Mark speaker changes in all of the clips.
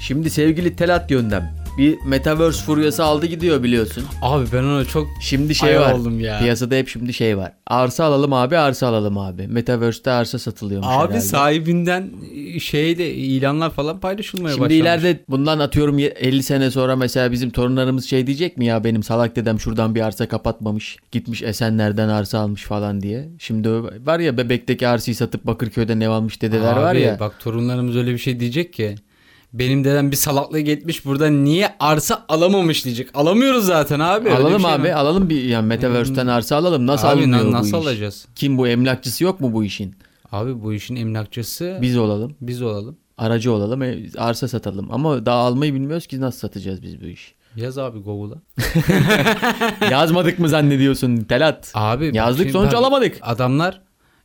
Speaker 1: Şimdi sevgili Telat Yöndem bir metaverse furyası aldı gidiyor biliyorsun.
Speaker 2: Abi ben ona çok
Speaker 1: Şimdi şey
Speaker 2: Ay
Speaker 1: var.
Speaker 2: oğlum ya.
Speaker 1: Piyasada hep şimdi şey var. Arsa alalım abi, arsa alalım abi. Metaverse'te arsa satılıyormuş
Speaker 2: abi
Speaker 1: herhalde.
Speaker 2: sahibinden şeyde ilanlar falan paylaşılmaya
Speaker 1: Şimdi
Speaker 2: başlamış.
Speaker 1: ileride bundan atıyorum ye- 50 sene sonra mesela bizim torunlarımız şey diyecek mi ya benim salak dedem şuradan bir arsa kapatmamış. Gitmiş Esenler'den arsa almış falan diye. Şimdi o- var ya bebekteki arsayı satıp Bakırköy'den ev almış dedeler
Speaker 2: Abi,
Speaker 1: var ya.
Speaker 2: Bak torunlarımız öyle bir şey diyecek ki. Benim dedem bir salakla gitmiş buradan niye arsa alamamış diyecek. Alamıyoruz zaten abi. öyle bir
Speaker 1: alalım
Speaker 2: şey
Speaker 1: abi
Speaker 2: mi?
Speaker 1: alalım bir yani metaverse'ten arsa alalım. Nasıl
Speaker 2: Abi,
Speaker 1: alınıyor
Speaker 2: na-
Speaker 1: bu
Speaker 2: nasıl
Speaker 1: iş?
Speaker 2: alacağız?
Speaker 1: Kim bu emlakçısı yok mu bu işin?
Speaker 2: Abi bu işin emlakçısı biz,
Speaker 1: Biz olalım.
Speaker 2: olalım.
Speaker 1: aracı olalım, e, arsa satalım. Ama daha almayı bilmiyoruz ki nasıl satacağız biz bu işi.
Speaker 2: Yaz abi Google'a.
Speaker 1: Yazmadık mı zannediyorsun Telat?
Speaker 2: Abi
Speaker 1: Yazdık,
Speaker 2: şimdi
Speaker 1: sonuç
Speaker 2: bak,
Speaker 1: alamadık.
Speaker 2: Adamlar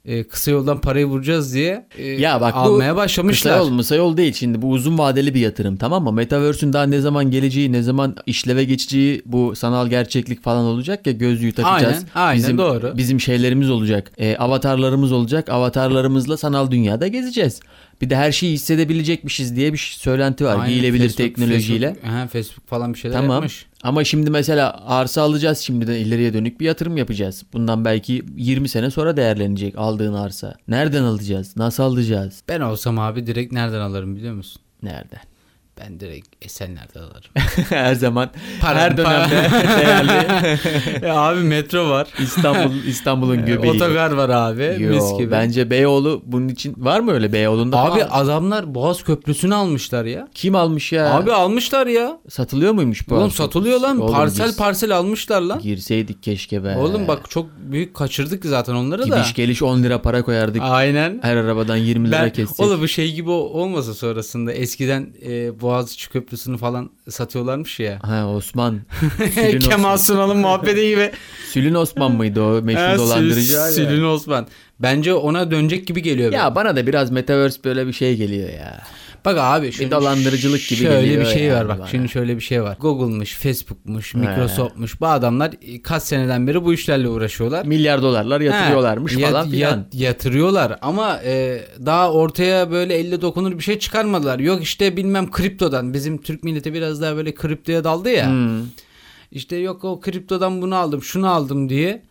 Speaker 2: e, kısa yoldan parayı vuracağız diye e,
Speaker 1: Ya bak bu
Speaker 2: almaya
Speaker 1: Kısa
Speaker 2: başlamışlar.
Speaker 1: yol, mısa yol değil şimdi bu uzun vadeli bir yatırım tamam mı? Metaverse'ün daha ne zaman geleceği, ne zaman işleve geçeceği bu sanal gerçeklik falan olacak ya gözlüğü takacağız.
Speaker 2: Aynen, aynen,
Speaker 1: bizim,
Speaker 2: doğru.
Speaker 1: Bizim şeylerimiz olacak, e, avatarlarımız olacak, avatarlarımızla sanal dünyada gezeceğiz. Bir de her şeyi hissedebilecekmişiz diye bir ş- söylenti var
Speaker 2: Aynen,
Speaker 1: giyilebilir
Speaker 2: Facebook-
Speaker 1: teknolojiyle.
Speaker 2: Facebook, he, Facebook falan bir şeyler
Speaker 1: Tamam.
Speaker 2: yapmış.
Speaker 1: Ama şimdi mesela arsa alacağız şimdiden ileriye dönük bir yatırım yapacağız. Bundan belki 20 sene sonra değerlenecek aldığın arsa. Nereden alacağız? Nasıl alacağız?
Speaker 2: Ben olsam abi direkt nereden alırım biliyor musun?
Speaker 1: Nereden?
Speaker 2: Ben direkt Esenler'den alırım.
Speaker 1: her zaman
Speaker 2: Para-
Speaker 1: her dönemde değerli
Speaker 2: Ya abi metro var.
Speaker 1: İstanbul İstanbul'un göbeği.
Speaker 2: E, Otogar var abi.
Speaker 1: Yo,
Speaker 2: mis gibi.
Speaker 1: Bence Beyoğlu bunun için var mı öyle Beyoğlu'nda?
Speaker 2: Abi
Speaker 1: falan?
Speaker 2: adamlar Boğaz Köprüsü'nü almışlar ya.
Speaker 1: kim almış ya?
Speaker 2: Abi almışlar ya.
Speaker 1: satılıyor muymuş bu?
Speaker 2: Oğlum
Speaker 1: arsa?
Speaker 2: satılıyor lan.
Speaker 1: Oğlum
Speaker 2: parsel
Speaker 1: biz
Speaker 2: parsel almışlar lan.
Speaker 1: Girseydik keşke be.
Speaker 2: Oğlum bak çok büyük kaçırdık zaten onları da.
Speaker 1: gidiş geliş 10 lira para koyardık.
Speaker 2: Aynen.
Speaker 1: Her arabadan 20 lira
Speaker 2: Ben,
Speaker 1: kessek.
Speaker 2: oğlum bu şey gibi o- olmasa sonrasında eskiden e, Boğaziçi Köprüsü'nü falan satıyorlarmış ya.
Speaker 1: Ha Osman. Sülün
Speaker 2: Kemal
Speaker 1: Osman.
Speaker 2: Sunal'ın muhabbeti gibi.
Speaker 1: Sülün Osman mıydı o meşhur
Speaker 2: Ha, Sül-
Speaker 1: dolandırıcı? var ya.
Speaker 2: Sülün E, Osman. Bence ona dönecek gibi geliyor. benim.
Speaker 1: Ya bana da biraz Metaverse böyle bir şey geliyor ya.
Speaker 2: Bak abi şimdi
Speaker 1: dolandırıcılık gibi
Speaker 2: şöyle
Speaker 1: geliyor
Speaker 2: bir şey
Speaker 1: yani
Speaker 2: var bak
Speaker 1: bana.
Speaker 2: şimdi şöyle bir şey var. Google'mış, Facebook'muş, Microsoft'muş bu adamlar e, kaç seneden beri bu işlerle uğraşıyorlar.
Speaker 1: Milyar dolarlar yatırıyorlarmış
Speaker 2: Ha, yat-
Speaker 1: falan filan.
Speaker 2: yat- yatırıyorlar ama e, daha ortaya böyle elle dokunur bir şey çıkarmadılar. Yok işte bilmem kriptodan bizim Türk milleti biraz daha böyle kriptoya daldı ya.
Speaker 1: Hmm.
Speaker 2: İşte yok o kriptodan bunu aldım şunu aldım diye.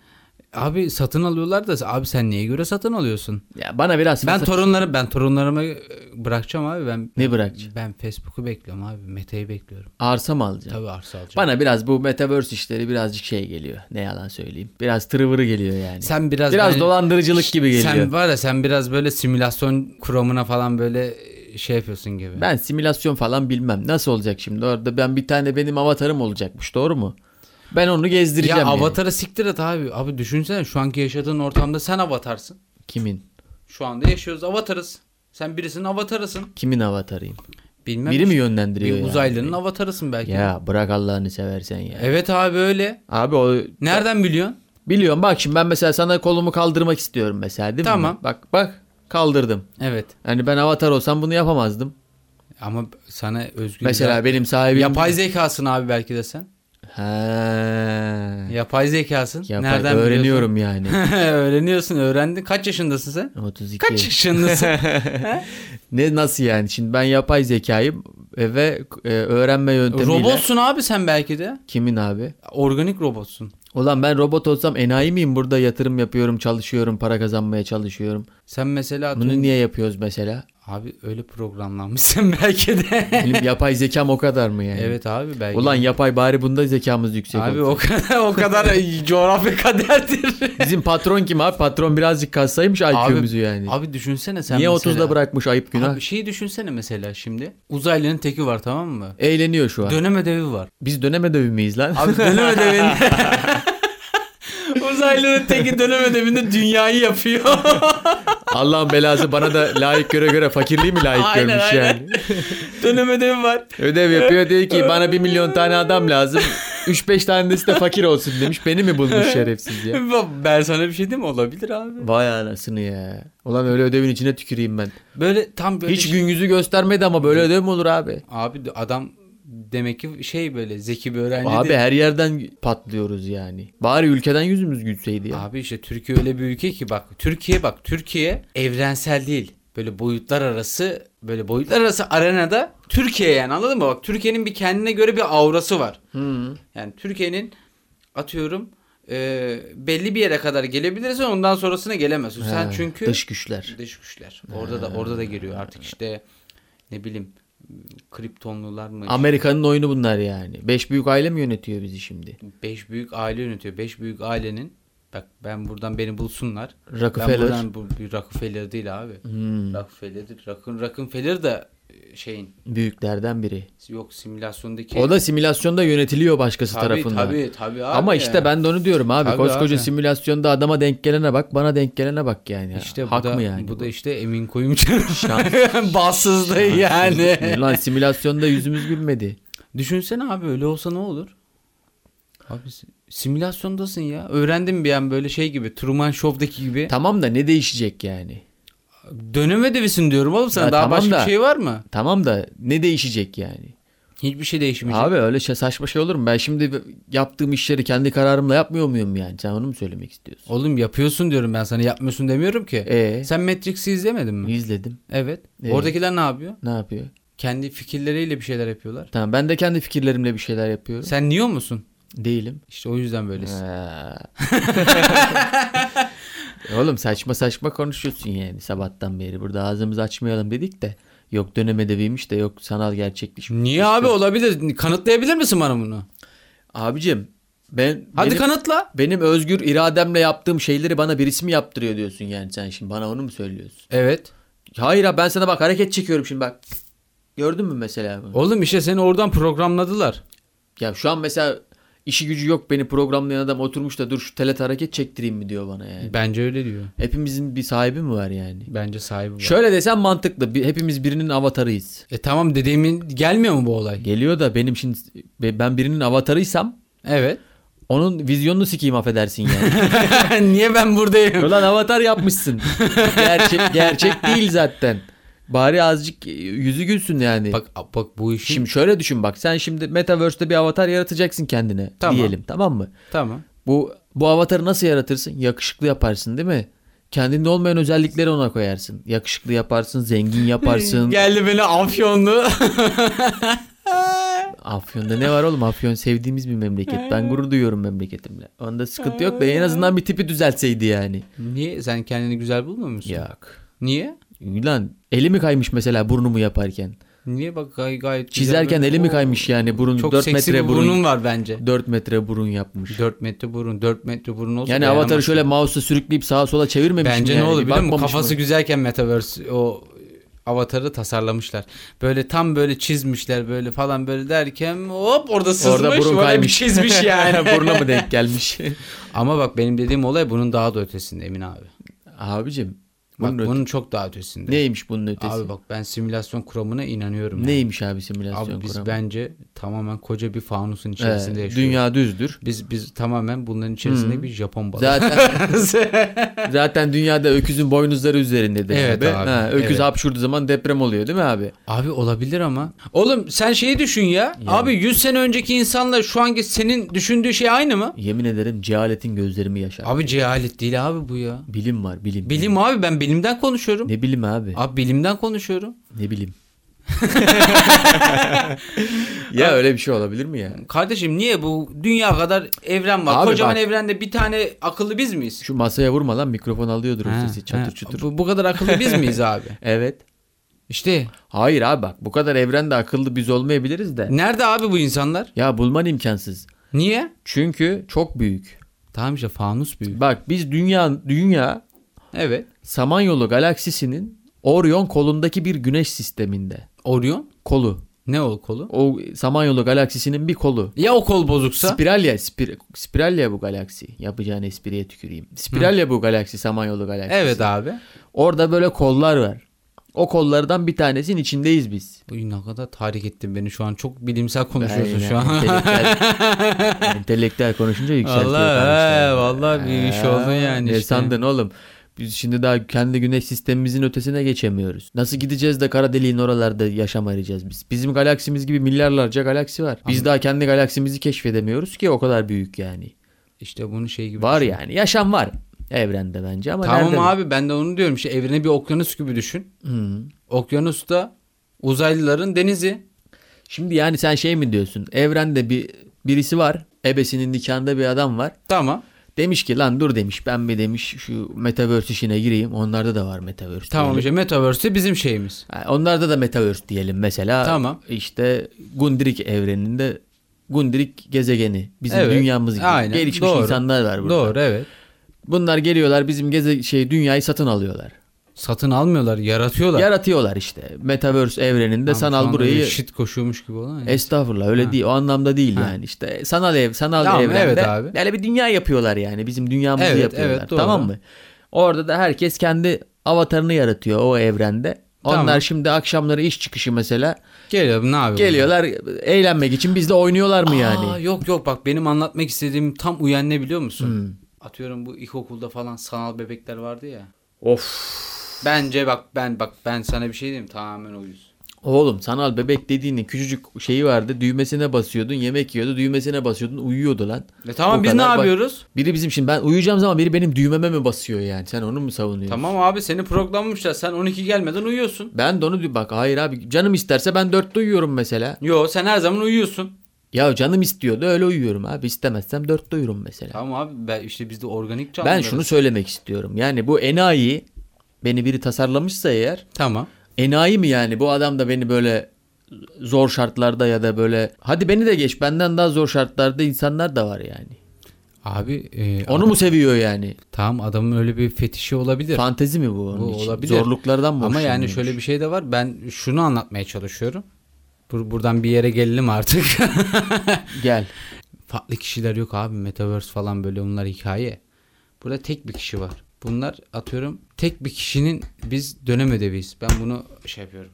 Speaker 2: Abi satın alıyorlar da abi sen neye göre satın alıyorsun?
Speaker 1: Ya bana biraz
Speaker 2: Ben torunları ben torunlarıma e, bırakacağım abi ben
Speaker 1: ne bırakacaksın?
Speaker 2: ben Facebook'u bekliyorum abi. Mete'yi bekliyorum.
Speaker 1: Arsa mı alacaksın?
Speaker 2: Tabii arsa alacağım.
Speaker 1: Bana biraz bu Metaverse işleri birazcık şey geliyor. Ne yalan söyleyeyim. Biraz tırıvırı geliyor yani.
Speaker 2: sen biraz
Speaker 1: biraz
Speaker 2: ben-
Speaker 1: dolandırıcılık gibi geliyor.
Speaker 2: Sen var ya sen biraz böyle simülasyon kuramına falan böyle şey yapıyorsun gibi.
Speaker 1: Ben simülasyon falan bilmem. Nasıl olacak şimdi? Orada ben bir tane benim avatarım olacakmış. Doğru mu? Ben onu
Speaker 2: ya
Speaker 1: gezdireceğim. yani.
Speaker 2: avatara siktir et abi. Abi düşünsene şu anki yaşadığın ortamda sen avatarsın.
Speaker 1: Kimin?
Speaker 2: Şu anda yaşıyoruz avatarız. Sen birisinin avatarısın.
Speaker 1: Kimin avatarıyım?
Speaker 2: Bilmem.
Speaker 1: Biri mi yönlendiriyor?
Speaker 2: Bir
Speaker 1: yani?
Speaker 2: uzaylının avatarısın belki.
Speaker 1: Ya bırak Allah'ını seversen ya.
Speaker 2: Evet abi öyle.
Speaker 1: Abi o
Speaker 2: Nereden biliyorsun?
Speaker 1: biliyorum bak şimdi ben mesela sana kolumu kaldırmak istiyorum mesela değil mi?
Speaker 2: Tamam.
Speaker 1: Bak bak kaldırdım.
Speaker 2: Evet.
Speaker 1: Yani ben avatar olsam bunu yapamazdım.
Speaker 2: Ama sana özgür
Speaker 1: Mesela benim sahibim
Speaker 2: yapay zekasın abi belki de sen.
Speaker 1: He.
Speaker 2: Yapay zekasın.
Speaker 1: Yapay-
Speaker 2: Nereden biliyorsun?
Speaker 1: öğreniyorum yani.
Speaker 2: Öğreniyorsun, öğrendin. Kaç yaşındasın sen?
Speaker 1: 32.
Speaker 2: Kaç yaşındasın?
Speaker 1: Ne nasıl yani? Şimdi ben yapay zekayım e, ve e, öğrenme yöntemiyle.
Speaker 2: Robotsun abi sen belki de.
Speaker 1: Kimin abi?
Speaker 2: Organik robotsun.
Speaker 1: Ulan ben robot olsam enayi miyim? Burada yatırım yapıyorum, çalışıyorum, para kazanmaya çalışıyorum.
Speaker 2: Sen mesela
Speaker 1: Bunu niye yapıyoruz mesela?
Speaker 2: abi öyle programlanmışsın belki de.
Speaker 1: Benim yapay zekam o kadar mı yani?
Speaker 2: evet abi belki.
Speaker 1: Ulan şey yapay bari bunda zekamız yüksek
Speaker 2: abi
Speaker 1: olsun.
Speaker 2: o kadar o kadar coğrafi kaderdir.
Speaker 1: Bizim patron kim abi? Patron birazcık kassaymış IQ'muzu yani.
Speaker 2: Abi düşünsene sen
Speaker 1: niye
Speaker 2: mesela.
Speaker 1: 30'da bırakmış ayıp günah?
Speaker 2: Abi şeyi düşünsene mesela şimdi. Uzaylının teki var tamam mı?
Speaker 1: Eğleniyor şu an.
Speaker 2: Dönem ödevi var.
Speaker 1: Biz döneme dövü müyüz lan?
Speaker 2: şey- Abi dönem ödevinde Uzaylının teki dönem ödevinde dünyayı yapıyor.
Speaker 1: Allah'ın belası bana da layık göre göre fakirliği mi layık
Speaker 2: Aynen,
Speaker 1: görmüş
Speaker 2: aynen.
Speaker 1: yani?
Speaker 2: dönem ödevi var.
Speaker 1: Ödev yapıyor diyor ki bana bir milyon tane adam lazım. 3-5 tanesi de fakir olsun demiş. Beni mi bulmuş şerefsiz ya?
Speaker 2: Ben sana bir şey diyeyim mi? Olabilir abi.
Speaker 1: Vay anasını ya. Ulan öyle ödevin içine tüküreyim ben.
Speaker 2: Böyle tam böyle
Speaker 1: Hiç gün yüzü göstermedi ama böyle ödev mi olur abi?
Speaker 2: Abi de- adam demek ki şey böyle zeki bir öğrenci
Speaker 1: Abi
Speaker 2: değil.
Speaker 1: her yerden patlıyoruz yani. Bari ülkeden yüzümüz gülseydi ya.
Speaker 2: Abi işte Türkiye öyle bir ülke ki bak Türkiye bak Türkiye evrensel değil. böyle boyutlar arası böyle boyutlar arası arenada Türkiye yani anladın mı? Bak Türkiye'nin bir kendine göre bir aurası var. Yani Türkiye'nin atıyorum e, belli bir yere kadar gelebilirsin ondan sonrasına gelemezsin. Sen
Speaker 1: He,
Speaker 2: çünkü
Speaker 1: dış güçler.
Speaker 2: Dış güçler. Orada da orada da giriyor artık işte ne bileyim kriptonlular mı?
Speaker 1: Amerika'nın oyunu bunlar yani. Beş büyük aile mi yönetiyor bizi şimdi?
Speaker 2: Beş büyük aile yönetiyor. Beş büyük ailenin bak ben buradan beni bulsunlar.
Speaker 1: Rockefeller. Hmm.
Speaker 2: Ben buradan bu bir Rockefeller değil abi. Rockefeller'dir. Rock'ın Rockefeller de e, şeyin
Speaker 1: Büyüklerden biri.
Speaker 2: yok simülasyondaki
Speaker 1: O da simülasyonda yönetiliyor başkası
Speaker 2: tabii,
Speaker 1: tarafından.
Speaker 2: Tabii tabii abi.
Speaker 1: Ama işte ben de onu diyorum abi.
Speaker 2: Tabii
Speaker 1: Koskoca
Speaker 2: abi.
Speaker 1: simülasyonda adama denk gelene bak, bana denk gelene bak yani.
Speaker 2: işte bu
Speaker 1: Hak
Speaker 2: da,
Speaker 1: mı yani?
Speaker 2: Bu da işte Emin Koyuncu. Bassızlığı yani.
Speaker 1: Ulan simülasyonda yüzümüz gülmedi.
Speaker 2: Düşünsene abi öyle olsa ne olur? Abi si- simülasyondasın ya. Öğrendim bir an böyle şey gibi Truman Show'daki gibi.
Speaker 1: Tamam da ne değişecek yani?
Speaker 2: Dönem ödevisin diyorum oğlum sana.
Speaker 1: Ya
Speaker 2: Daha
Speaker 1: tamam
Speaker 2: başka
Speaker 1: da-
Speaker 2: bir şey var mı?
Speaker 1: Tamam da ne değişecek yani?
Speaker 2: Hiçbir şey değişmeyecek.
Speaker 1: Abi öyle şey saçma şey olur mu? Ben şimdi yaptığım işleri kendi kararımla yapmıyor muyum yani? Sen onu mu söylemek istiyorsun?
Speaker 2: Oğlum yapıyorsun diyorum ben sana. Yapmıyorsun demiyorum ki.
Speaker 1: Ee?
Speaker 2: Sen Matrix'i izlemedin mi?
Speaker 1: İzledim.
Speaker 2: Evet.
Speaker 1: Ee?
Speaker 2: Oradakiler ne yapıyor?
Speaker 1: Ne yapıyor?
Speaker 2: Kendi fikirleriyle bir şeyler yapıyorlar.
Speaker 1: Tamam ben de kendi fikirlerimle bir şeyler yapıyorum.
Speaker 2: Sen niye musun?
Speaker 1: Değilim.
Speaker 2: İşte o yüzden böylesin.
Speaker 1: E- Ee. Oğlum saçma saçma konuşuyorsun yani sabahtan beri. Burada ağzımızı açmayalım dedik de. Yok dönem ödeviymiş de yok sanal gerçeklik.
Speaker 2: Niye abi olabilir? Kanıtlayabilir misin bana bunu?
Speaker 1: Abicim ben
Speaker 2: Hadi
Speaker 1: benim,
Speaker 2: kanıtla.
Speaker 1: benim özgür irademle yaptığım şeyleri bana birisi mi yaptırıyor diyorsun yani sen şimdi bana onu mu söylüyorsun?
Speaker 2: Evet.
Speaker 1: Hayır abi ben sana bak hareket çekiyorum şimdi bak. Gördün mü mesela? bunu?
Speaker 2: Oğlum işte seni oradan programladılar.
Speaker 1: Ya şu an mesela işi gücü yok beni programlayan adam oturmuş da dur şu telet hareket çektireyim mi diyor bana yani.
Speaker 2: Bence öyle diyor.
Speaker 1: Hepimizin bir sahibi mi var yani?
Speaker 2: Bence sahibi var.
Speaker 1: Şöyle desem mantıklı. bir- Hepimiz birinin avatarıyız.
Speaker 2: E tamam dediğimin gelmiyor mu bu olay?
Speaker 1: Geliyor da benim şimdi be- ben birinin avatarıysam
Speaker 2: Evet.
Speaker 1: onun vizyonunu sikeyim affedersin yani.
Speaker 2: Niye ben buradayım?
Speaker 1: Ulan avatar yapmışsın. Gerçek, gerçek değil zaten. Bari azıcık yüzü gülsün yani.
Speaker 2: Bak bak bu işin
Speaker 1: şimdi şöyle düşün bak. Sen şimdi Metaverse'de bir avatar yaratacaksın kendine
Speaker 2: Tamam.
Speaker 1: diyelim tamam mı?
Speaker 2: tamam.
Speaker 1: Bu bu avatarı nasıl yaratırsın? Yakışıklı yaparsın değil mi? Kendinde olmayan özellikleri ona koyarsın. Yakışıklı yaparsın, zengin yaparsın.
Speaker 2: Geldi beni afyonlu.
Speaker 1: Afyon'da ne var oğlum? Afyon sevdiğimiz bir memleket. Ben gurur duyuyorum memleketimle. Onda sıkıntı yok da en azından bir tipi düzelseydi yani.
Speaker 2: Niye sen kendini güzel bulmuyor musun?
Speaker 1: Yok.
Speaker 2: Niye?
Speaker 1: Ulan eli mi kaymış mesela burnumu yaparken?
Speaker 2: Niye bak gay- gayet güzel
Speaker 1: Çizerken
Speaker 2: böyle-
Speaker 1: eli mi
Speaker 2: Oo,
Speaker 1: kaymış yani burun
Speaker 2: Çok
Speaker 1: 4
Speaker 2: seksi bir
Speaker 1: metre burun.
Speaker 2: burnun var bence.
Speaker 1: 4 metre burun yapmış.
Speaker 2: 4 metre burun, 4 metre burun olsa
Speaker 1: Yani
Speaker 2: dayanamaz.
Speaker 1: avatarı şöyle mouse'la sürükleyip sağa sola çevirmemiş mi
Speaker 2: Bence
Speaker 1: yani?
Speaker 2: ne olur biliyor musun?
Speaker 1: Bakmamış
Speaker 2: Kafası
Speaker 1: mı?
Speaker 2: güzelken Metaverse o avatarı tasarlamışlar. Böyle tam böyle çizmişler böyle falan böyle derken hop orada sızmış.
Speaker 1: Orada burun
Speaker 2: böyle
Speaker 1: kaymış.
Speaker 2: bir şey çizmiş yani.
Speaker 1: Buruna mı denk gelmiş?
Speaker 2: Ama bak benim dediğim olay bunun daha da ötesinde Emin abi.
Speaker 1: Abicim
Speaker 2: Bak
Speaker 1: bunun öte-
Speaker 2: bunun çok daha ötesinde.
Speaker 1: neymiş bunun ötesi?
Speaker 2: Abi bak ben simülasyon kuramına inanıyorum. yani.
Speaker 1: neymiş abi simülasyon
Speaker 2: Abi biz
Speaker 1: kuramı?
Speaker 2: bence tamamen koca bir fanusun
Speaker 1: Ee,
Speaker 2: içerisinde yaşıyoruz.
Speaker 1: dünya düzdür.
Speaker 2: Biz biz tamamen bunların içerisinde bir Japon balığı.
Speaker 1: Zaten Zaten dünyada öküzün boynuzları üzerindedir.
Speaker 2: Evet abi,
Speaker 1: Ha, öküz
Speaker 2: evet.
Speaker 1: hapşurduğu zaman deprem oluyor değil mi abi?
Speaker 2: Abi olabilir ama. Oğlum sen şeyi düşün ya. Abi 100 sene önceki insanla şu anki senin düşündüğü şey aynı mı?
Speaker 1: Yemin ederim cehaletin gözlerimi yaşar.
Speaker 2: Abi cehalet değil abi bu ya.
Speaker 1: bilim var bilim.
Speaker 2: Bilim abi ben bilimden konuşuyorum.
Speaker 1: Ne bilim abi?
Speaker 2: Abi bilimden konuşuyorum.
Speaker 1: Ne bilim? ya öyle bir şey olabilir mi ya?
Speaker 2: Kardeşim niye bu dünya kadar evren var?
Speaker 1: Abi
Speaker 2: Kocaman
Speaker 1: bak-
Speaker 2: evrende bir tane akıllı biz miyiz?
Speaker 1: Şu masaya vurma lan mikrofon alıyordur o
Speaker 2: Ha,
Speaker 1: sesi çatır
Speaker 2: ha.
Speaker 1: çutur.
Speaker 2: Bu, bu kadar akıllı biz miyiz abi?
Speaker 1: Evet.
Speaker 2: İşte
Speaker 1: Hayır abi bak bu kadar evrende akıllı biz olmayabiliriz de.
Speaker 2: nerede abi bu insanlar?
Speaker 1: Ya bulman imkansız.
Speaker 2: Niye?
Speaker 1: Çünkü çok büyük.
Speaker 2: Tamam işte fanus büyük.
Speaker 1: Bak biz dünya dünya
Speaker 2: Evet.
Speaker 1: Samanyolu galaksisinin Orion kolundaki bir güneş sisteminde.
Speaker 2: Orion.
Speaker 1: Kolu.
Speaker 2: Ne o kolu?
Speaker 1: O Samanyolu galaksisinin bir kolu.
Speaker 2: Ya o kol bozuksa?
Speaker 1: Spiral ya, spir- spiral ya bu galaksi. Yapacağın espriye tüküreyim. Spiral ya bu galaksi, Samanyolu galaksisi.
Speaker 2: Evet abi.
Speaker 1: Orada böyle kollar var. O kollardan bir tanesinin içindeyiz biz.
Speaker 2: Bu ne kadar tahrik ettin beni şu an. Çok bilimsel konuşuyorsun
Speaker 1: Aynen,
Speaker 2: şu an.
Speaker 1: Entelektüel, entelektüel konuşunca yükseltiyor.
Speaker 2: Vallahi,
Speaker 1: kardeşler.
Speaker 2: he, vallahi bir iş
Speaker 1: He,
Speaker 2: oldu yani
Speaker 1: Ne
Speaker 2: işte.
Speaker 1: sandın oğlum? Biz şimdi daha kendi güneş sistemimizin ötesine geçemiyoruz. Nasıl gideceğiz de kara deliğin oralarda yaşam arayacağız biz? Bizim galaksimiz gibi milyarlarca galaksi var. Biz daha kendi galaksimizi keşfedemiyoruz ki o kadar büyük yani.
Speaker 2: işte bunu şey gibi.
Speaker 1: Var yani. Yaşam var. Evrende bence ama
Speaker 2: Tamam
Speaker 1: nereden?
Speaker 2: abi ben de onu diyorum. İşte evreni bir okyanus gibi düşün.
Speaker 1: Hı.
Speaker 2: Okyanusta uzaylıların denizi.
Speaker 1: Şimdi yani sen şey mi diyorsun? Evrende bir birisi var. Ebesinin nikahında bir adam var.
Speaker 2: Tamam.
Speaker 1: Demiş ki lan dur demiş ben bir demiş şu metaverse işine gireyim. Onlarda da var metaverse.
Speaker 2: Tamam
Speaker 1: diyelim.
Speaker 2: işte metaverse bizim şeyimiz.
Speaker 1: Ha, Onlarda da metaverse diyelim mesela.
Speaker 2: Tamam.
Speaker 1: İşte Gundrik evreninde Gundrik gezegeni bizim
Speaker 2: Evet.
Speaker 1: dünyamız gibi.
Speaker 2: Aynen.
Speaker 1: Gelişmiş
Speaker 2: Doğru.
Speaker 1: insanlar var burada.
Speaker 2: Doğru evet.
Speaker 1: Bunlar geliyorlar bizim geze şey dünyayı satın alıyorlar.
Speaker 2: Satın almıyorlar, yaratıyorlar.
Speaker 1: Yaratıyorlar işte. Metaverse evreninde
Speaker 2: Tamam, şu
Speaker 1: sanal
Speaker 2: anda
Speaker 1: burayı E,
Speaker 2: bir şey Shit koşuyormuş gibi olan. ya.
Speaker 1: Estağfurullah öyle değil. O anlamda değil yani. işte sanal ev, sanal
Speaker 2: Tamam,
Speaker 1: evrende
Speaker 2: evet abi.
Speaker 1: öyle bir dünya yapıyorlar yani. Bizim dünyamızı
Speaker 2: Evet,
Speaker 1: yapıyorlar.
Speaker 2: evet, doğru.
Speaker 1: tamam mı? Orada da herkes kendi avatarını yaratıyor o evrende. Onlar
Speaker 2: Tamam.
Speaker 1: şimdi akşamları iş çıkışı mesela
Speaker 2: Geliyor ne yapıyor?
Speaker 1: geliyorlar eğlenmek için bizle oynuyorlar mı
Speaker 2: Aa,
Speaker 1: yani?
Speaker 2: Yok yok bak benim anlatmak istediğim tam uyan ne biliyor musun?
Speaker 1: Hmm.
Speaker 2: Atıyorum bu ilkokulda falan sanal bebekler vardı ya.
Speaker 1: Of.
Speaker 2: Bence bak ben bak ben sana bir şey diyeyim tamamen uyuz.
Speaker 1: Oğlum sanal bebek dediğinin küçücük şeyi vardı. Düğmesine basıyordun, yemek yiyordu. Düğmesine basıyordun, uyuyordu lan.
Speaker 2: E tamam
Speaker 1: O
Speaker 2: biz ne
Speaker 1: kadar bak-
Speaker 2: yapıyoruz?
Speaker 1: Biri bizim şimdi ben uyuyacağım zaman biri benim düğmeme mi basıyor yani? Sen onu mu savunuyorsun?
Speaker 2: Tamam abi seni programlamışlar. Sen 12 gelmeden uyuyorsun.
Speaker 1: Ben de onu diyorum. Bak hayır abi canım isterse ben dörtte uyuyorum mesela.
Speaker 2: Yo sen her zaman uyuyorsun.
Speaker 1: Ya canım istiyordu öyle uyuyorum abi. İstemezsem dörtte uyurum mesela.
Speaker 2: Tamam abi ben işte biz de organik
Speaker 1: ben
Speaker 2: canlılarız.
Speaker 1: şunu söylemek istiyorum. Yani bu enayi beni biri tasarlamışsa eğer
Speaker 2: Tamam.
Speaker 1: enayi mi yani bu adam da beni böyle zor şartlarda ya da böyle hadi beni de geç benden daha zor şartlarda insanlar da var yani.
Speaker 2: Abi e,
Speaker 1: Onu mu seviyor yani?
Speaker 2: tamam adamın öyle bir fetişi olabilir.
Speaker 1: Fantezi mi bu? Onun
Speaker 2: Bu
Speaker 1: için?
Speaker 2: olabilir.
Speaker 1: Zorluklardan mı
Speaker 2: Ama yani
Speaker 1: hoşlanıyormuş?
Speaker 2: şöyle bir şey de var. Ben şunu anlatmaya çalışıyorum. Bur- buradan bir yere gelelim artık.
Speaker 1: Gel.
Speaker 2: Farklı kişiler yok abi. Metaverse falan böyle onlar hikaye. Burada tek bir kişi var. Bunlar atıyorum tek bir kişinin biz dönem ödeviyiz. Ben bunu şey yapıyorum.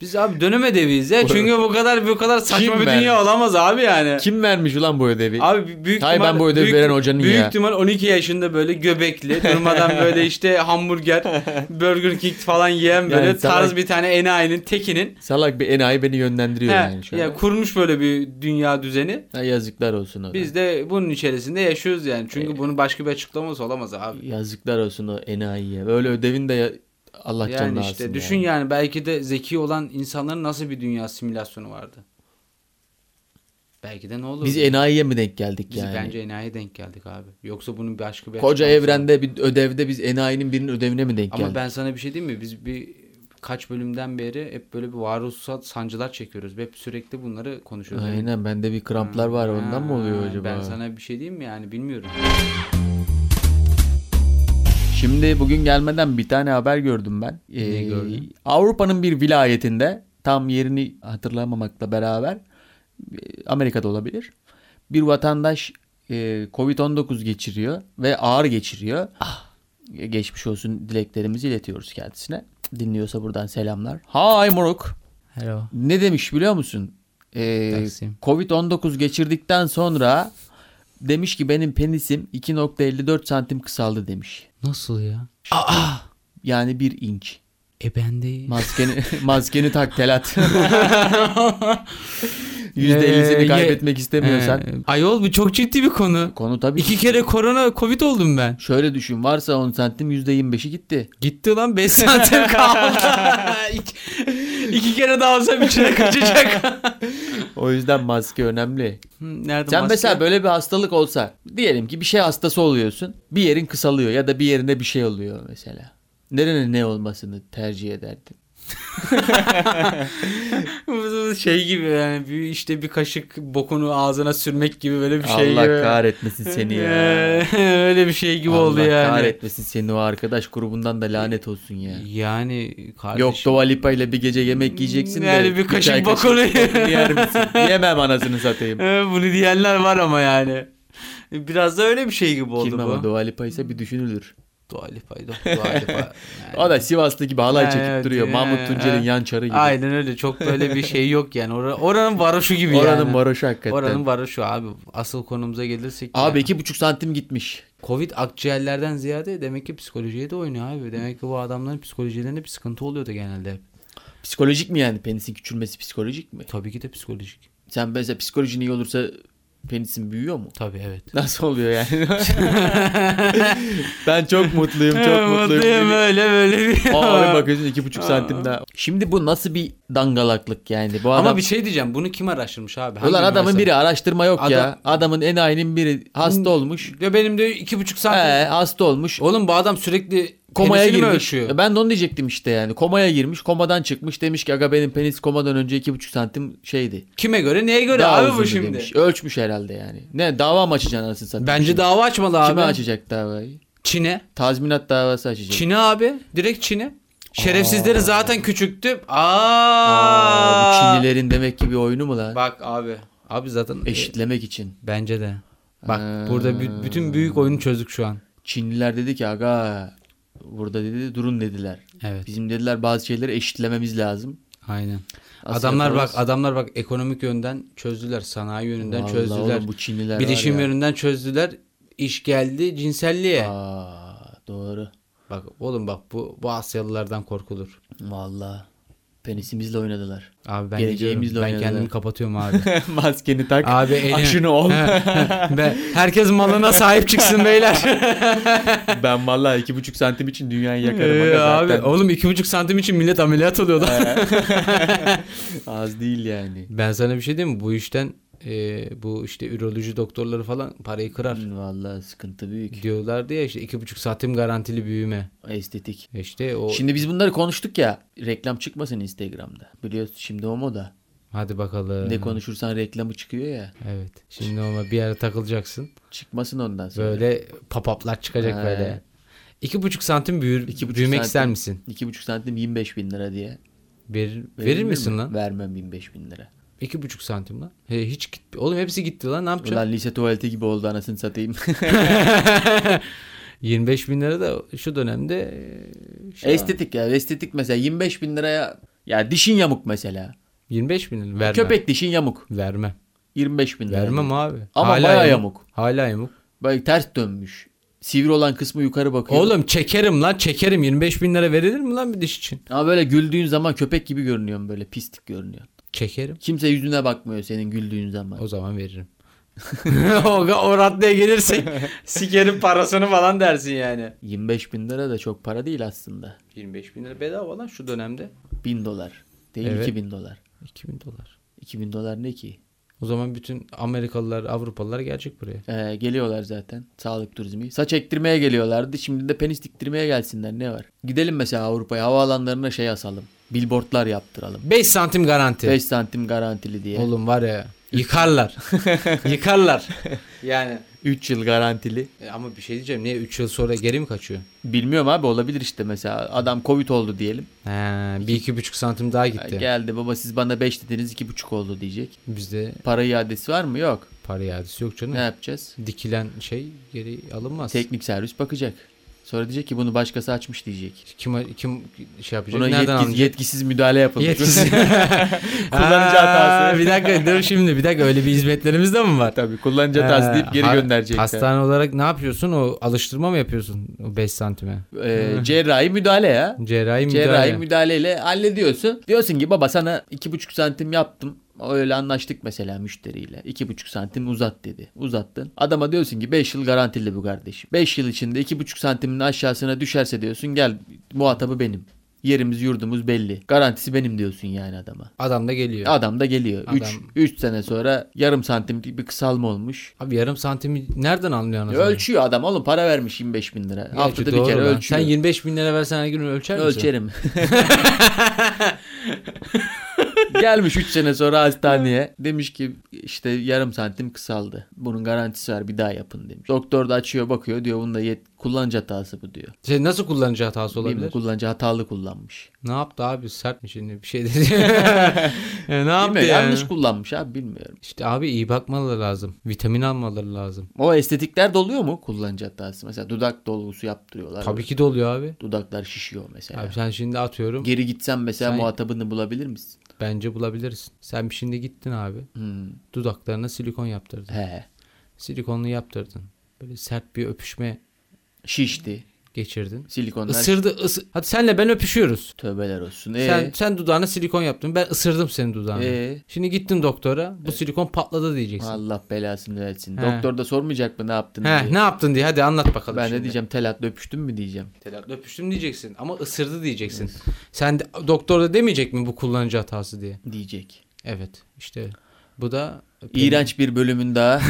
Speaker 2: biz abi dönem ödeviyiz ya. Çünkü bu kadar bu kadar saçma
Speaker 1: Kim
Speaker 2: bir
Speaker 1: verdi?
Speaker 2: dünya olamaz abi yani.
Speaker 1: Kim vermiş ulan bu ödevi?
Speaker 2: Abi büyük
Speaker 1: Hay
Speaker 2: ihtimal,
Speaker 1: ben bu ödevi
Speaker 2: büyük,
Speaker 1: veren hocanın
Speaker 2: büyük
Speaker 1: ya.
Speaker 2: ihtimal 12 yaşında böyle göbekli durmadan böyle işte hamburger, Burger King falan yiyen böyle
Speaker 1: Yani tamam.
Speaker 2: tarz bir tane enayinin tekinin.
Speaker 1: Salak bir enayi beni yönlendiriyor
Speaker 2: He,
Speaker 1: yani şu an.
Speaker 2: ya kurmuş böyle bir dünya düzeni.
Speaker 1: Ha, yazıklar olsun ona.
Speaker 2: Biz de bunun içerisinde yaşıyoruz yani. Çünkü
Speaker 1: E-
Speaker 2: bunun başka bir açıklaması olamaz abi.
Speaker 1: Yazıklar olsun o enayiye. Böyle ödevin de ya- Allah
Speaker 2: Yani
Speaker 1: canını alsın.
Speaker 2: işte
Speaker 1: yani.
Speaker 2: düşün yani. belki de zeki olan insanların nasıl bir dünya simülasyonu vardı. Belki de ne olur?
Speaker 1: Biz enayiye mi denk geldik
Speaker 2: Biz
Speaker 1: yani?
Speaker 2: bence enayi denk geldik abi. Yoksa bunun başka bir
Speaker 1: Koca
Speaker 2: açıklaması olamaz.
Speaker 1: evrende bir ödevde biz enayinin birinin ödevine mi denk
Speaker 2: Ama
Speaker 1: geldik?
Speaker 2: ben sana bir şey diyeyim mi? Biz bir kaç bölümden beri hep böyle bir varoluşsal sancılar çekiyoruz. Hep sürekli bunları konuşuyoruz.
Speaker 1: Aynen bende bir kramplar var ondan mı oluyor
Speaker 2: Ha,
Speaker 1: acaba?
Speaker 2: Ben sana bir şey diyeyim mi yani bilmiyorum.
Speaker 1: Şimdi bugün gelmeden bir tane haber gördüm ben. Ee,
Speaker 2: Ne gördün?
Speaker 1: Avrupa'nın bir vilayetinde tam yerini hatırlamamakla beraber e, Amerika'da olabilir. Bir vatandaş e, Covid-19 geçiriyor ve ağır geçiriyor.
Speaker 2: Ah.
Speaker 1: E, Geçmiş olsun dileklerimizi iletiyoruz kendisine. Dinliyorsa buradan selamlar. Hi moruk.
Speaker 2: Hello.
Speaker 1: Ne demiş biliyor musun? E,
Speaker 2: Taksim.
Speaker 1: Covid-19 geçirdikten sonra demiş ki benim penisim 2.54 santim kısaldı demiş.
Speaker 2: Nasıl ya?
Speaker 1: Yani bir inç.
Speaker 2: E ben de...
Speaker 1: Maskeni, maskeni tak telat. %50'sini
Speaker 2: Ee,
Speaker 1: kaybetmek istemiyorsan.
Speaker 2: Ee, ayol bu çok ciddi bir konu.
Speaker 1: Konu tabii.
Speaker 2: İki kere korona covid oldum ben.
Speaker 1: Şöyle düşün varsa 10 santim %25'i gitti.
Speaker 2: Gitti lan 5 santim kaldı. iki, iki kere daha olsam içine kaçacak.
Speaker 1: O yüzden maske önemli.
Speaker 2: Hı, Nerede
Speaker 1: Sen
Speaker 2: maske?
Speaker 1: mesela böyle bir hastalık olsa diyelim ki bir şey hastası oluyorsun. Bir yerin kısalıyor ya da bir yerine bir şey oluyor mesela. Nerenin ne olmasını tercih ederdin?
Speaker 2: şey gibi yani bir işte bir kaşık bokunu ağzına sürmek gibi böyle bir şey
Speaker 1: Allah
Speaker 2: gibi.
Speaker 1: kahretmesin seni ya.
Speaker 2: Ee, Öyle bir şey gibi
Speaker 1: Allah
Speaker 2: oldu yani.
Speaker 1: kahretmesin seni o arkadaş grubundan da lanet olsun ya.
Speaker 2: Yani kardeşim.
Speaker 1: Yok Dua Lipa ile bir gece yemek yiyeceksin de.
Speaker 2: Yani bir
Speaker 1: üç ay
Speaker 2: kaşık
Speaker 1: kaşık
Speaker 2: bokunu-
Speaker 1: bokunu yer misin? Yemem anasını satayım.
Speaker 2: Ee, Bunu diyenler var ama yani. Biraz da öyle bir şey gibi oldu
Speaker 1: Kim
Speaker 2: bu.
Speaker 1: ama Dua Lipa ise bir düşünülür.
Speaker 2: Dua Lipa, Dua Lipa. Yani.
Speaker 1: O da Sivaslı gibi halay
Speaker 2: Yani
Speaker 1: çekip
Speaker 2: evet,
Speaker 1: duruyor.
Speaker 2: yani,
Speaker 1: Mahmut Tuncer'in
Speaker 2: evet.
Speaker 1: yan çarı gibi.
Speaker 2: Aynen öyle. Çok böyle bir şey yok yani. Ora- oranın varoşu gibi
Speaker 1: Oranın
Speaker 2: yani.
Speaker 1: varoşu hakikaten.
Speaker 2: Oranın varoşu abi. Asıl konumuza gelirsek.
Speaker 1: Abi
Speaker 2: yani.
Speaker 1: iki buçuk santim gitmiş.
Speaker 2: Covid akciğerlerden ziyade demek ki psikolojiye de oynuyor abi. Demek ki bu adamların psikolojilerinde bir sıkıntı oluyordu genelde.
Speaker 1: Psikolojik mi yani penisin küçülmesi psikolojik mi?
Speaker 2: Tabii ki de psikolojik.
Speaker 1: Sen mesela psikolojin iyi olursa Penisin büyüyor mu?
Speaker 2: Tabii evet.
Speaker 1: Nasıl oluyor yani? ben çok mutluyum, çok
Speaker 2: mutluyum
Speaker 1: mutluyum.
Speaker 2: öyle böyle bir.
Speaker 1: Ay bakıyorsun iki buçuk
Speaker 2: Aa.
Speaker 1: santim daha. Şimdi bu nasıl bir dangalaklık yani? Bu adam,
Speaker 2: Ama bir şey diyeceğim. Bunu kim araştırmış abi? Hangi
Speaker 1: Ulan adamın
Speaker 2: üniversite?
Speaker 1: biri araştırma yok ya.
Speaker 2: Adam- Hmm.
Speaker 1: Adamın enayinin biri hasta olmuş.
Speaker 2: Ya benim de iki buçuk saat.
Speaker 1: He, hasta olmuş.
Speaker 2: Oğlum bu adam sürekli
Speaker 1: Ee. komaya
Speaker 2: penisini mi
Speaker 1: girmiş.
Speaker 2: ölçüyor?
Speaker 1: E Ben de onu diyecektim işte yani. Komaya girmiş, komadan çıkmış. Demiş ki aga benim penis komadan önce 2,5 santim şeydi.
Speaker 2: Kime göre neye göre
Speaker 1: Daha
Speaker 2: abi bu
Speaker 1: uzundu
Speaker 2: şimdi?
Speaker 1: demiş. Ölçmüş herhalde yani. Ne dava mı açacaksın anasını satayım?
Speaker 2: Bence
Speaker 1: Şimdi?
Speaker 2: dava açmalı abi.
Speaker 1: Kime açacak davayı?
Speaker 2: Çin'e.
Speaker 1: Tazminat davası açacak.
Speaker 2: Çin'e abi. Direkt Çin'e. Şerefsizleri zaten küçüktü. Aa.
Speaker 1: Aa, bu Çinlilerin demek ki bir oyunu mu lan?
Speaker 2: Bak abi. Abi zaten
Speaker 1: Eşitlemek için.
Speaker 2: Bence de. Bak
Speaker 1: Ha.
Speaker 2: burada bü- bütün
Speaker 1: Ee.
Speaker 2: büyük oyunu çözdük şu an.
Speaker 1: Çinliler dedi ki aga burada dedi durun dediler.
Speaker 2: Evet.
Speaker 1: Bizim dediler bazı şeyleri eşitlememiz lazım.
Speaker 2: Aynen.
Speaker 1: Nasıl
Speaker 2: adamlar bak
Speaker 1: yaparız?
Speaker 2: adamlar bak ekonomik yönden çözdüler, sanayi yönünden
Speaker 1: Vallahi
Speaker 2: çözdüler.
Speaker 1: oğlum bu Çinliler var
Speaker 2: bilişim
Speaker 1: ya.
Speaker 2: yönünden çözdüler. İş geldi cinselliğe.
Speaker 1: Aa, doğru.
Speaker 2: Bak oğlum bak bu bu Asyalılardan korkulur.
Speaker 1: Vallahi penisimizle oynadılar.
Speaker 2: Abi ben
Speaker 1: Geleceğimizle
Speaker 2: gidiyorum. Ben
Speaker 1: oynadılar.
Speaker 2: kendimi kapatıyorum abi.
Speaker 1: Maskeni tak.
Speaker 2: abi elim-
Speaker 1: aşını ol.
Speaker 2: ben, herkes malına sahip çıksın beyler.
Speaker 1: ben vallahi iki buçuk santim için dünyayı yakarım.
Speaker 2: Ee,
Speaker 1: aga
Speaker 2: abi
Speaker 1: zaten.
Speaker 2: oğlum iki buçuk santim için millet ameliyat oluyordu.
Speaker 1: Ee, Az değil yani.
Speaker 2: Ben sana bir şey diyeyim mi? Bu işten e, bu işte üroloji doktorları falan parayı kırar.
Speaker 1: Vallahi sıkıntı büyük.
Speaker 2: Diyorlardı ya işte iki buçuk santim garantili büyüme.
Speaker 1: Estetik.
Speaker 2: E İşte o
Speaker 1: Şimdi biz bunları konuştuk ya. Reklam çıkmasın Instagram'da. Biliyorsun şimdi o moda.
Speaker 2: hadi bakalım.
Speaker 1: Ne konuşursan reklamı çıkıyor ya.
Speaker 2: Evet. Şimdi ama bir yere takılacaksın.
Speaker 1: Çıkmasın ondan sonra.
Speaker 2: Böyle papaplar çıkacak
Speaker 1: Ha.
Speaker 2: böyle. İki buçuk santim büyür,
Speaker 1: İki buçuk
Speaker 2: büyümek
Speaker 1: santim.
Speaker 2: ister misin?
Speaker 1: İki buçuk santim 25 bin lira diye.
Speaker 2: Verir, verir
Speaker 1: Verilir
Speaker 2: misin
Speaker 1: mi?
Speaker 2: lan?
Speaker 1: Vermem 25 bin lira.
Speaker 2: İki buçuk santim lan. He, hiç git. Oğlum hepsi gitti lan ne yapacağım?
Speaker 1: Ulan lise tuvaleti gibi oldu anasını satayım.
Speaker 2: 25 bin lira da şu dönemde e, şey var.
Speaker 1: estetik ya estetik mesela 25 bin liraya ya dişin yamuk mesela.
Speaker 2: 25 bin lira. Vermem.
Speaker 1: Köpek dişin yamuk.
Speaker 2: Vermem.
Speaker 1: 25 bin lira.
Speaker 2: Vermem abi.
Speaker 1: Ama bayağı yamuk.
Speaker 2: Hala yamuk.
Speaker 1: Böyle ters dönmüş. Sivri olan kısmı yukarı bakıyor.
Speaker 2: Oğlum çekerim lan çekerim. 25 bin lira verilir mi lan bir diş için?
Speaker 1: Ama böyle güldüğün zaman köpek gibi görünüyorsun böyle pislik görünüyor.
Speaker 2: Çekerim.
Speaker 1: Kimse yüzüne bakmıyor senin güldüğün zaman.
Speaker 2: O zaman veririm. o, o raddeye gelirsek sikerim parasını falan dersin yani.
Speaker 1: 25 bin lira da çok para değil aslında.
Speaker 2: 25 bin lira bedava lan şu dönemde.
Speaker 1: 1000 dolar. Değil
Speaker 2: Evet.
Speaker 1: 2000 dolar.
Speaker 2: 2000 dolar.
Speaker 1: 2000 dolar ne ki?
Speaker 2: O zaman bütün Amerikalılar, Avrupalılar gelecek buraya.
Speaker 1: Ee, geliyorlar zaten sağlık turizmi. Saç ektirmeye geliyorlardı. Şimdi de penis diktirmeye gelsinler ne var? Gidelim mesela Avrupa'ya havaalanlarına şey asalım. Billboardlar yaptıralım.
Speaker 2: 5 santim garanti.
Speaker 1: 5 santim garantili diye.
Speaker 2: Oğlum var ya yıkarlar. yıkarlar. Yani
Speaker 1: 3 yıl garantili.
Speaker 2: e, ama bir şey diyeceğim. Niye 3 yıl sonra geri mi kaçıyor?
Speaker 1: Bilmiyorum abi olabilir işte mesela. Adam Covid oldu diyelim.
Speaker 2: He, bir iki buçuk santim daha gitti.
Speaker 1: Geldi baba siz bana 5 dediniz 2,5 oldu diyecek.
Speaker 2: Bizde
Speaker 1: Para iadesi var mı? Yok.
Speaker 2: para iadesi yok canım.
Speaker 1: Ne yapacağız?
Speaker 2: Dikilen şey geri alınmaz.
Speaker 1: Teknik servis bakacak. Sonra diyecek ki bunu başkası açmış diyecek.
Speaker 2: Kim kim şey yapacak?
Speaker 1: Buna
Speaker 2: Nereden
Speaker 1: yetki-
Speaker 2: alacak?
Speaker 1: yetkisiz müdahale yapılmış.
Speaker 2: Yetkisi.
Speaker 1: Kullanıcı hatası.
Speaker 2: Aa, Bir dakika dur şimdi bir dakika öyle bir hizmetlerimiz de mi var?
Speaker 1: Tabii kullanıcı hatası deyip geri
Speaker 2: Ee, ha-
Speaker 1: gönderecekler.
Speaker 2: Hastane olarak ne yapıyorsun? O alıştırma mı yapıyorsun? O 5 santime.
Speaker 1: Ee, cerrahi müdahale ya.
Speaker 2: Cerrahi müdahale.
Speaker 1: Cerrahi müdahaleyle hallediyorsun. Diyorsun ki baba sana 2,5 santim yaptım. Öyle anlaştık mesela müşteriyle. 2,5 santim uzat dedi. Uzattın. Adama diyorsun ki 5 yıl garantili bu kardeşim. 5 yıl içinde 2,5 santimin aşağısına düşerse diyorsun gel muhatabı benim. Yerimiz yurdumuz belli. Garantisi benim diyorsun yani adama.
Speaker 2: Adam da geliyor.
Speaker 1: Adam da geliyor.
Speaker 2: Adam-
Speaker 1: 3 3 sene sonra yarım santimlik bir kısalma olmuş.
Speaker 2: Abi yarım santimi nereden anlıyor anasını?
Speaker 1: Ölçüyor adam oğlum para vermiş 25 bin lira.
Speaker 2: Gerçi
Speaker 1: Haftada bir
Speaker 2: doğru
Speaker 1: kere
Speaker 2: lan.
Speaker 1: ölçüyor.
Speaker 2: Sen 25 bin lira versen her gün ölçer misin?
Speaker 1: Ölçerim. Gelmiş 3 sene sonra hastaneye. Demiş ki işte yarım santim kısaldı. Bunun garantisi var bir daha yapın demiş. Doktor da açıyor bakıyor diyor bunda yet kullanıcı hatası bu diyor.
Speaker 2: Şey, nasıl kullanıcı hatası
Speaker 1: Olabilir.
Speaker 2: olabilir?
Speaker 1: Kullanıcı hatalı kullanmış.
Speaker 2: Ne yaptı abi? Sert mi şimdi? Bir şey dedi. E, ne yaptı
Speaker 1: Bilmiyorum,
Speaker 2: yani?
Speaker 1: Yanlış kullanmış abi bilmiyorum.
Speaker 2: İşte abi iyi bakmaları lazım. Vitamin almaları lazım.
Speaker 1: O estetikler de oluyor mu kullanıcı hatası? Mesela dudak dolgusu yaptırıyorlar.
Speaker 2: Tabii ki de oluyor abi.
Speaker 1: Dudaklar şişiyor mesela.
Speaker 2: Abi sen şimdi atıyorum.
Speaker 1: Geri gitsen mesela
Speaker 2: Sen-
Speaker 1: muhatabını bulabilir misin?
Speaker 2: Bence bulabilirsin. Sen şimdi gittin abi.
Speaker 1: Hmm.
Speaker 2: Dudaklarına silikon yaptırdın.
Speaker 1: He.
Speaker 2: Silikonlu yaptırdın. Böyle sert bir öpüşme
Speaker 1: Şişti.
Speaker 2: geçirdin.
Speaker 1: Silikonlar.
Speaker 2: Isırdı. ısı- Hadi senle ben öpüşüyoruz.
Speaker 1: Tövbeler olsun. Ee,
Speaker 2: Sen sen dudağına silikon yaptın. Ben ısırdım senin dudağını.
Speaker 1: ee,
Speaker 2: Şimdi gittin doktora. Bu silikon patladı diyeceksin.
Speaker 1: Allah belasını versin.
Speaker 2: He.
Speaker 1: Doktor da sormayacak mı ne yaptın
Speaker 2: He,
Speaker 1: diye.
Speaker 2: ne yaptın diye hadi anlat bakalım.
Speaker 1: ben de
Speaker 2: şimdi.
Speaker 1: diyeceğim telatla öpüştün mü diyeceğim.
Speaker 2: Telat öpüştüm diyeceksin ama ısırdı diyeceksin. Sen de, doktor da demeyecek mi bu kullanıcı hatası diye?
Speaker 1: Diyecek.
Speaker 2: Evet işte bu da
Speaker 1: İğrenç bir bölümün daha.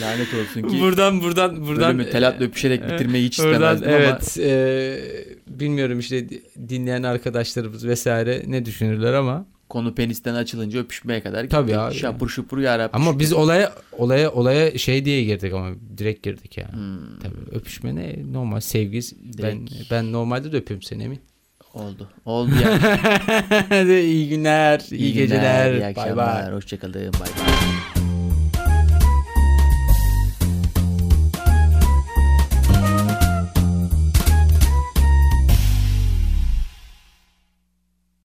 Speaker 1: Lanet olsun ki.
Speaker 2: buradan buradan buradan
Speaker 1: bölümü telatla öpüşerek
Speaker 2: e,
Speaker 1: bitirmeyi hiç
Speaker 2: buradan,
Speaker 1: istemezdim ama
Speaker 2: evet e, bilmiyorum işte dinleyen arkadaşlarımız vesaire ne düşünürler ama
Speaker 1: konu penisten açılınca öpüşmeye kadar gitti.
Speaker 2: Tabii abi.
Speaker 1: Şapur şupur yarabbim.
Speaker 2: ama biz olaya olaya olaya şey diye girdik ama direkt girdik yani. Tabii öpüşme ne normal sevgi ben
Speaker 1: Hmm. Direkt.
Speaker 2: ben normalde de öpüyorum seni emin.
Speaker 1: Oldu. Oldu yani.
Speaker 2: iyi günler, iyi,
Speaker 1: günler,
Speaker 2: geceler.
Speaker 1: iyi
Speaker 2: bay
Speaker 1: akşamlar.
Speaker 2: bay.
Speaker 1: Hoşçakalın. Bay bay.